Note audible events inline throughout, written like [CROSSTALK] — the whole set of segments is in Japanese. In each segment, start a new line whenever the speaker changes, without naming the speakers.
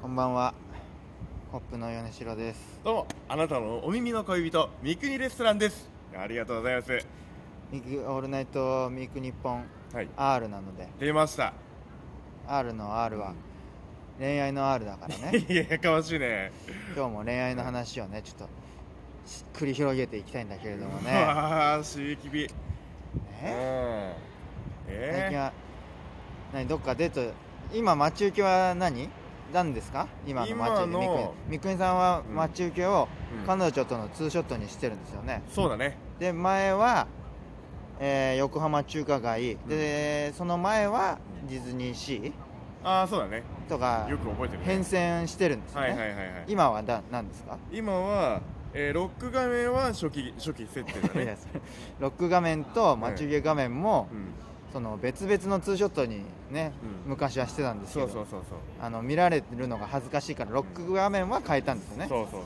こんばんは。ホップの米城です。
どうもあなたのお耳の恋人三国レストランですありがとうございます
ミクオールナイトミクニッポン
はい
R なので、
出ました
R の R は恋愛の R だから
[LAUGHS]
ね。
いややかましいね
今日も恋愛の話をね、ちょっとし繰り広げていきたいんだけれど
[LAUGHS]
も
う
ね。
わあ刺激日うん
ね最近
え
は何どっかデート今待ち受けは何なんですか今の待ち受け三
今の
國三國さんは
うん
待ち受けを
うん
彼女とのツーショットにしてるんですよね、
ーそうだね
で前は、えー横浜中華街、でその前は
うん
ディズニーシ
ああそうだね
ーとか
よく覚えてるね
変遷してるんですよ
は
ね、
いはいはいはい
今はだ何です
[LAUGHS]
か、
今は、えー、ロック画面は初期初期設定だ
[LAUGHS] いや
ね
それロック画面と待ち受け画面も、
うん
その別々のツーショットにね、
うん
昔はしてたんですけど
そうそうそうそう
あの見られるのが恥ずかしいからロック画面は変えたんですよね
そうそうそう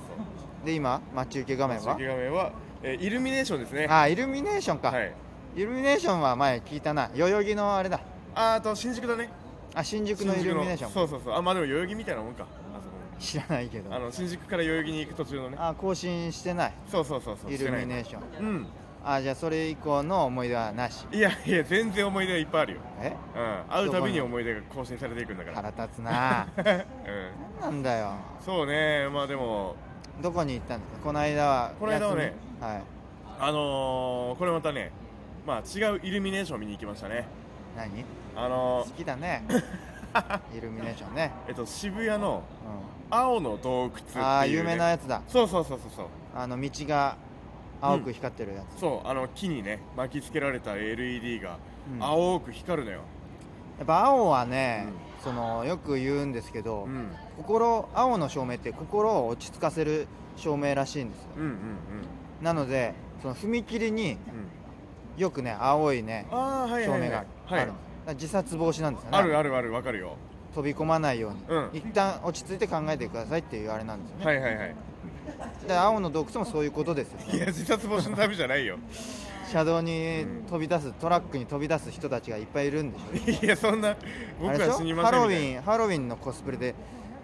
で今待ち受け画面
初
は
期画面は、えー、イルミネーションですね
あイルミネーションか、
はい
イルミネーションは前聞いたな代々木のあれだ
あーあと新宿だね
あ新宿のイルミネーシ
新宿のそ
ョン
うそうそうあまあでも代々木みたいなもんかあそこ
知らないけど
あの新宿から代々木に行く途中のね
あ更新してない
そうそうそうそう
イルミネ
ー
ーション
ション
あじゃあそれ以降の思い出はなし
うんいやいや全然思い出がいっぱいあるよ
え
うん会うたびに思い出が更新されていくんだか
腹立つ
[LAUGHS]
な
らうん
何なんだよ
そうねまあでも
どこに行ったんですかこの間は
この間はね
休みはい
あのー、これまたねまあ違うイルミネーション見に行きましたね
何
あの
好
ー、
きだ
[LAUGHS]
ねイルミネーションね、
えっと渋谷の
う
青の洞窟っていう、
ん、
ね、
ああ有名なやつだ
そうそうそうそうそう
あの道が青く光ってるやつ、
そうあの木にね巻きつけられた LED が
うん
青く光るのよ
やっぱ青はね、そのよく言うんですけど、
うん
心青の照明って心を落ち着かせる照明らしいんですよ
うんうんうん
なのでその踏切に
うん
よくね青いね
ああーはい
照
はいは
明
い
がある,、
はい
あるだから自殺防止なんですよね
あるあるあるわかるよ
飛び込まないように、
うん
一旦落ち着いて考えてくださいっていうあれなんですよね、
はいはいはい
で青の洞窟もそういうことですよ
い
ね
や自殺防止のためじゃな
[LAUGHS]
いよ
車道に飛び出すトラックに飛び出す人たちがいっぱいいるんでしょ
いやそんな僕
あれで
は死
し
に
ょ
ま
ハ
せん
ロウ
みたい
ィンハロウィンのコスプレで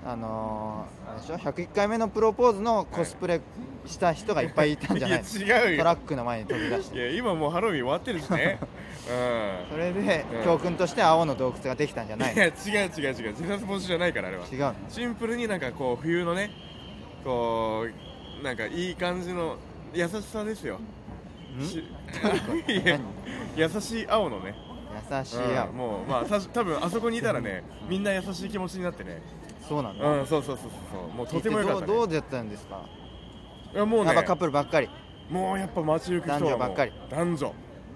あのーあれでしょ101回目のプロポーズのコスプレした人がいっぱいいたんじゃないの
いや違うよ
トラックの前に飛び出し
い
て
や今もうハロウィン終わってるし
[LAUGHS]
ね
それで
うん
教訓として青の洞窟ができたんじゃ
うん
ない
い
の
や違う違う違う自殺防止じゃないからあれは
違うの
シンプルになんかこう冬のねこうなんかいい感じの優しさですよしいや優しい青のね
優しいや
うん、もうまあた多分あそこにいたらねみんな優しい気持ちになってね
そうな
う
の
んそうそうそうそうそうもうとても良かった、ね、
どうどうだったんですか
いやもう
やっ
ね
ぱカップルばっかり
もうやっぱ街行く人はもう
男女ばっかり
男女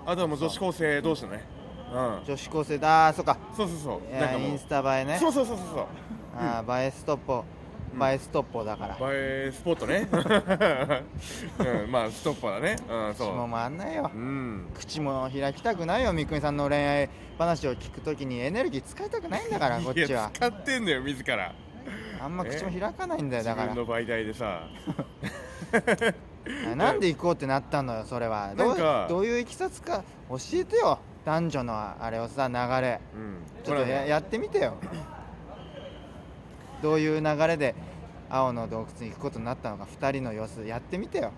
あとはもう女子高生同士のねうん
女子高生だあーそっか
そうそうそう
い
なん
や
かも
イ
う
ンスタ映えね
そうそうそうそうそう
あー映えストッポ
うん
映えストッポだから
映えスポッ
[LAUGHS]
トねうんまあストッパーだねうん
口も
そ
回んないよ
ううん
口も開きたくないよ三國さんの恋愛話を聞くときにエネルギー使いたくないんだからこっ
い
ち
や
は
使ってんだよ自ら
あんま口も開かないんだよ
自
だか
分
ら
の媒体でさ
あなんで行こうってなったのよそれはど
な
うん
か
どういういきさつか教えてよ男女のあれをさ流れ
うん
ちょっとややってみてよどういう流れで青の洞窟に行くことになったのか2人の様子やってみてよ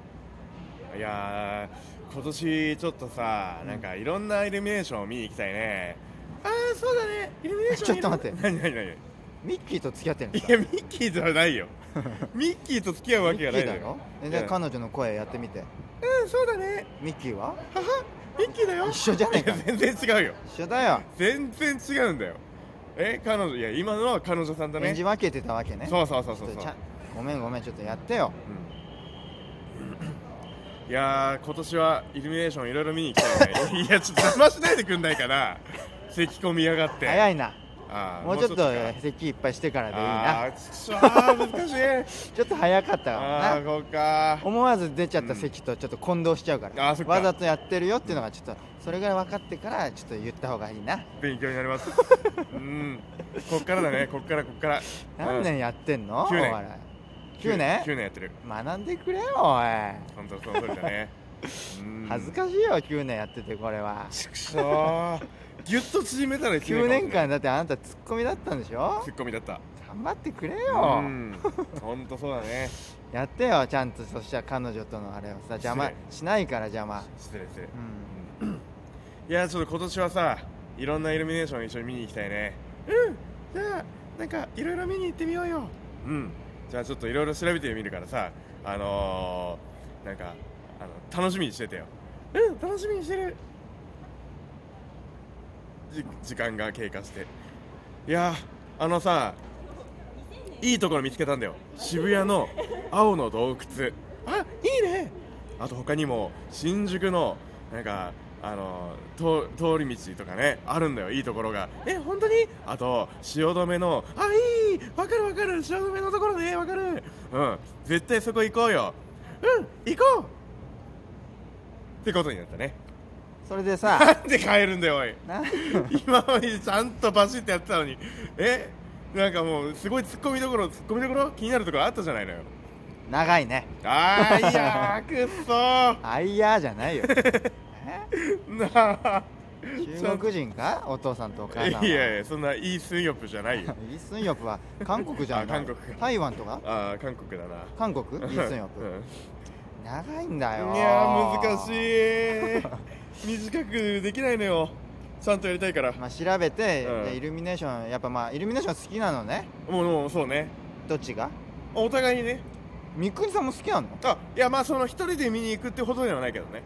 いやー今年ちょっとさなんかいろんなイルミネーションを見に行きたいねああそうだねイルミネーション
ちょっと待 [LAUGHS] って
何何何い
ミッキーと付き合ってるんですか
やミッキーじゃないよ
[LAUGHS]
ミッキーと付き合うわけがないの
ミッキーだろ
よ
えじゃあ
うん
彼女の声やってみて
うんそうだね
ミッキーは
母ミッキーだよ
一緒じゃねえ
[LAUGHS]
か
いや全然違うよ
一緒だよ
全然違うんだよえ彼女いや今のは彼女さんだね
演じ分けてたわけね
そうそうそうそう
ちょっと
そう
ちゃんごめんごめんちょっとやってよ
うんいやー今年はイルミネーションいろいろ見に行きたいねいやちょっと邪魔しないでくんない
[LAUGHS]
かな咳込みやがって
早
い
いなもう
も
ちょっと
か
席いっぱいしてからでいいな
あーちょあ
[LAUGHS]
ー難しい
ちょっと早かったか
あ
ら
あ
な
こうか
思わず出ちゃった席とちょっと混同しちゃうか
あ
ら
ーそっか
わざとやってるよっていうのがちょっとそれぐらい分かってからちょっと言った方がいいな
勉強になります
[LAUGHS]
うんこっからだねこっからこっから
何年やってんの
九年
お笑い9年
?9 年やってる
学んでくれよおい
本当その通りだねうん
恥ずかしいよ9年やっててこれは
ちくしょうギュッと縮めたら1
9年間
だ
だってあなたツッコミだったんでしょ
ツッコミだった
頑張ってくれ
う
よ、
ん本当そうだね
やってよちゃんとそしたら彼女とのあれをさ邪魔しないから邪魔、
失礼失礼
うん、
いやちょっと今年はさいろんなイルミネーション一緒に見に行きたいねうんじゃあなんかいろいろ見に行ってみようようんじゃあちょっといろいろ調べてみるからさあのー、なんかあの楽しみにしててようん楽しみにしてるじ時間が経過していやーあのさいいところ見つけたんだよ渋谷の青の洞窟あいいねあと他にも新宿のなんかあのと通り道とかねあるんだよいいところがえ本当にあと汐留のあいいわかるわかる汐留のところねわかるうん絶対そこ行こうようん行こうってことになったね [LAUGHS]
それで
な [LAUGHS]
さ
んで帰るんだよおい
な
今までちゃんとバシッてやってたのにえなんかもうすごいツッコミどころツッコミどころ気になるところあったじゃないのよ
長いね
あーいやーくっそー
あいやーじゃないよえ
なあ
中国人
[LAUGHS]
かお父さんとお母さんはい
やいやそんなイースンヨップじゃないよ
イ・スンヨプは韓国じゃん
あ韓国か
台湾とか
ああ韓国だな
韓国イ・スンヨプ、
うん
長いんだよ
いやー難しい短くできないのよちゃんとやりたいから
まあ、調べて、
うん
でイルミネーションやっぱまあイルミネーション好きなのね
もうもうそうね
どっちが
お互いにね
みっくりさんも好きなの
あいやまあその一人で見に行くってほどではないけどね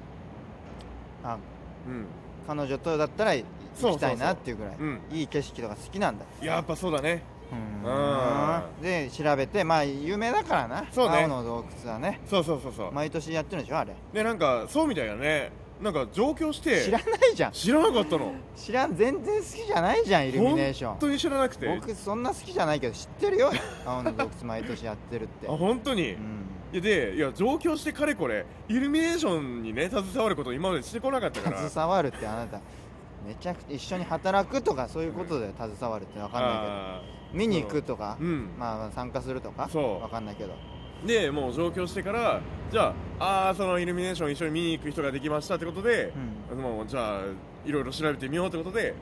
あ
うん
彼女とだったらい
そうそ
行
うそう
きたいなっていうぐらい
うん
いい景色とか好きなんだ
やっぱそうだね
う
あ
ーんで調べてまあ有名だからな
そうね
青の洞窟はね
そうそうそうそう、
毎年やってるんでしょあれ
でなんかそうみたいだねなんか上京して
知らないじゃん
知らなかったの
知らん全然好きじゃないじゃんイルミネーショ
本当に知らなくて
ン僕そんな好きじゃないけど知ってるよ青の洞窟毎年やってるって
あ本当に、
うん
いやでいや上京してかれこれイルミネーションにね携わることを今までしてこなかったから
携わるってあなためちゃくちゃ一緒に働くとかそういうことで携わるって分かんない
あ
けど見に行くとか、
うん
まあ参加するとか
そう
分かんないけど
ーでもう上京してからじゃああーそのイルミネーション一緒に見に行く人ができましたってことで、もうじゃあいろいろ調べてみようってことで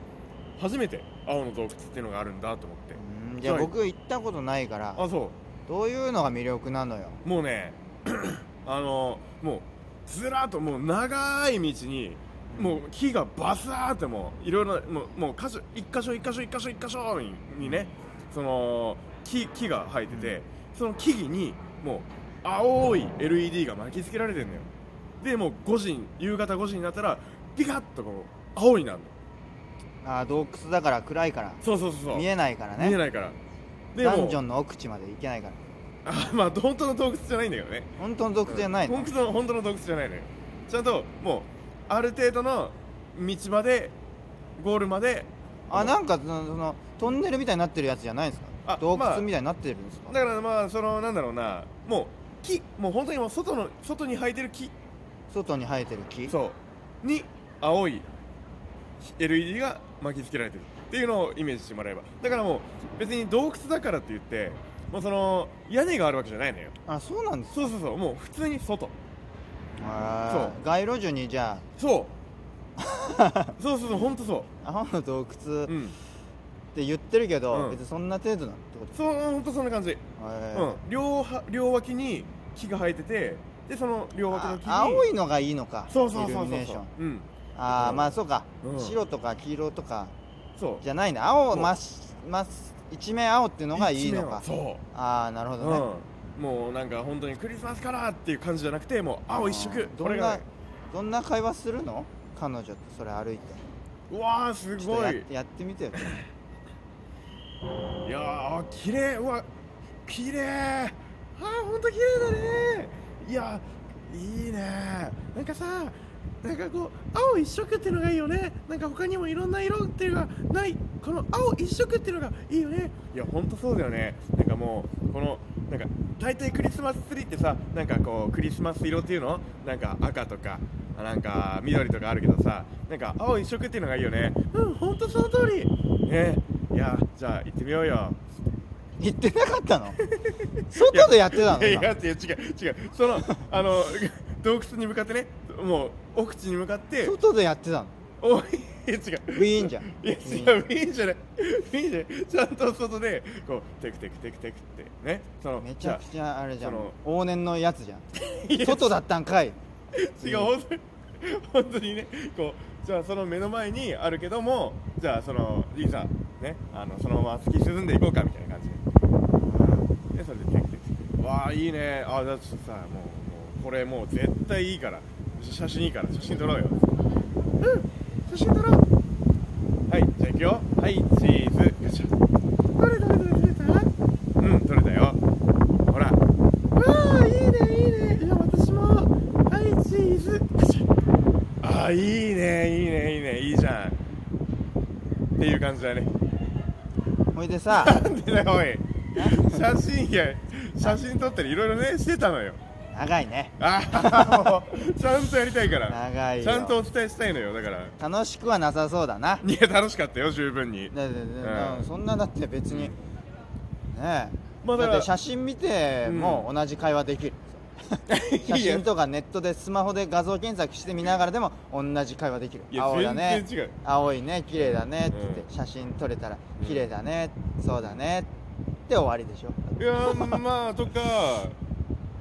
初めて青の洞窟っていうのがあるんだと思って
うんじゃあ
はい
僕行ったことないから
あそう
どういうのが魅力なのよ
もうね [COUGHS] あのもうずらっともう長い道にもう木がバサーってもういろいろなもうもう箇所一箇所一箇所一箇所一箇所ににねその木木が生えてて、
うん
その木々にもう青い LED が巻きつけられてんのよでもう5時に夕方5時になったらピカッとこう青になるの
あー洞窟だから暗いから
そうそうそうそう
見えないから
見え
ね
ないからで
ダンジョ
もう
ンの奥地まで行けないから
あ [LAUGHS] まあ本当の洞窟じゃないんだけどね
本当の洞窟じゃないの、
本当の本当の洞窟じゃないのよちゃんともうある程度の道までゴールまで
あなんかそのそのトンネルみたいになってるやつじゃないんですか
あ
洞
ま
窟
あ
みたいになってるんですか、
だからまあそのなんだろうなもう木もう本当にもう外の外に生えてる木
外に生えてる木
そうに青い LED が巻きつけられてるっていうのをイメージしてもらえばだからもう別に洞窟だからって言ってもうその屋根があるわけじゃないのよ
あそうなんです
そうそうそうもう普通に外
あー
そ
街路樹にじゃ [LAUGHS]
そうそうそうそう本当そ
あ青の洞窟っ
ううん
て言ってるけど、
うん
別にそんな程度なのってこと
そう本当そんな感じ
えー
うん、両は両脇に木が生えててでその両脇の木に
あ青いのがいいのか
そうそうそう
イルミ
そ
ネ
う
ーシ
そ
ョン
う、うん、
ああまあそうか、
うん
白とか黄色とか
そう
じゃないな青
そう
まっすまっす一面青っていうのがいいのか
一面は
ああなるほ
そ
ど
う、
ね、
うん、もうなんか本当にクリスマスカラーっていう感じじゃなくてもう青一色
ど
こ
ん
れ
な
が
どんな会話するの彼女とそれ歩いて
うわーす
ちょっと
ご
や
い
やってみてよ
いやー綺麗うわ綺麗あー本当綺麗だねいやいいねなんかさなんかこう青一色っていうのがいいよねなんか他にもいろんな色っていうのがないこの青一色っていうのがいいよねいや本当そうだよねなんかもうこのなんか大体クリスマスツリーってさなんかこうクリスマス色っていうのなんか赤とかあなんか緑とかあるけどさなんか青一色っていうのがいいよねうん本当その通りねいやじゃあ行ってみようよ
言ってなかったの [LAUGHS] 外でやってたの
い
今
やいや違う違うそのあの洞窟に向かってねもう奥地に向かって
外でやってたの
おい違う
ウィーンじゃん
いや違うウィーンじゃないウィーンじゃないちゃんとそのねこうテクテクテクテクってねその
めちゃく
じ
ちゃあれじゃん
その
往年のやつじゃ
いや
ん外だったんかい
あ違う本当に本当にねこうじゃあその目の前にあるけどもじゃあそのいざねあのそのまま突き進んでいこうかみたいな感じででそれでテクテクテクわあいいねあじゃあちょっとさもうもうこれもう絶対いいから写真いいから写真撮ろうようん写真撮ろうはいじゃあいくよはいチーズガチャ撮れた撮れた撮れたうん撮れたよほらわあいいねいいねいや私もはいチーズガチャあーいいねいいねいいねいいじゃんっていう感じだね
ほいでさ
なんでだよおい写真いや写真撮ったりいろいろねしてたのよ
長いね
あーもうちゃんとやりたいから
長いよ
ちゃんとお伝えしたいのよだから
楽しくはなさそうだない
や楽しかったよ十分に
だだだだ
うん
そんなだって別にねえ、
ま
だ
あだから
って写真見ても同じ会話できる、写
いや
真とかネットでスマホで画像検索して見ながらでも同じ会話できる
いや
青だね
全然違う
青いね綺麗だねって言って、
うん
写真撮れたら綺麗だね、そうだねって終わりでしょ
いやーまあとか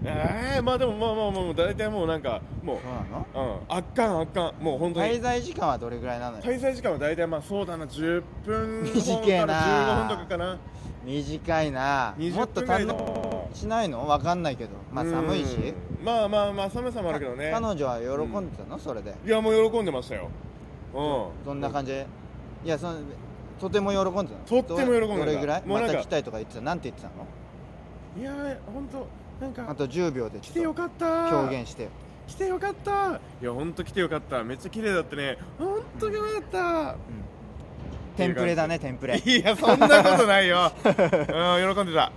えー、まあでもまあまあまあもう大体もうなんかも
そうなの
う、うん、圧巻圧巻もう本当
滞
に
在時間はどれぐらいなのよ
滞在時間は大体まあそうだな10分
[LAUGHS] 短え
か
な
ら15分とかかな
短いな
20
もっと
分ぐら
堪
いだ
能しないのわかんないけどまあ寒いし
うんまあまあまあ寒さもあるけどね
彼女は喜んでたの、それで
いやもう喜んでましたようん
どんな感じ、いやそのとても喜んでたの
とっても喜んでた
どどれぐらい
もう
ま
なんか
た来たいとか言ってたなんて言ってたの
いやー本当なんか
あと10秒で
来
ち
て
ょ
よ
っと
かった
表現してよ
来てよかったいや本当来てよかっためっちゃ綺麗だったね本当よかっ
テンプレだねテンプ
た
レ [LAUGHS]
いやそんなことないよ、うん、喜んでた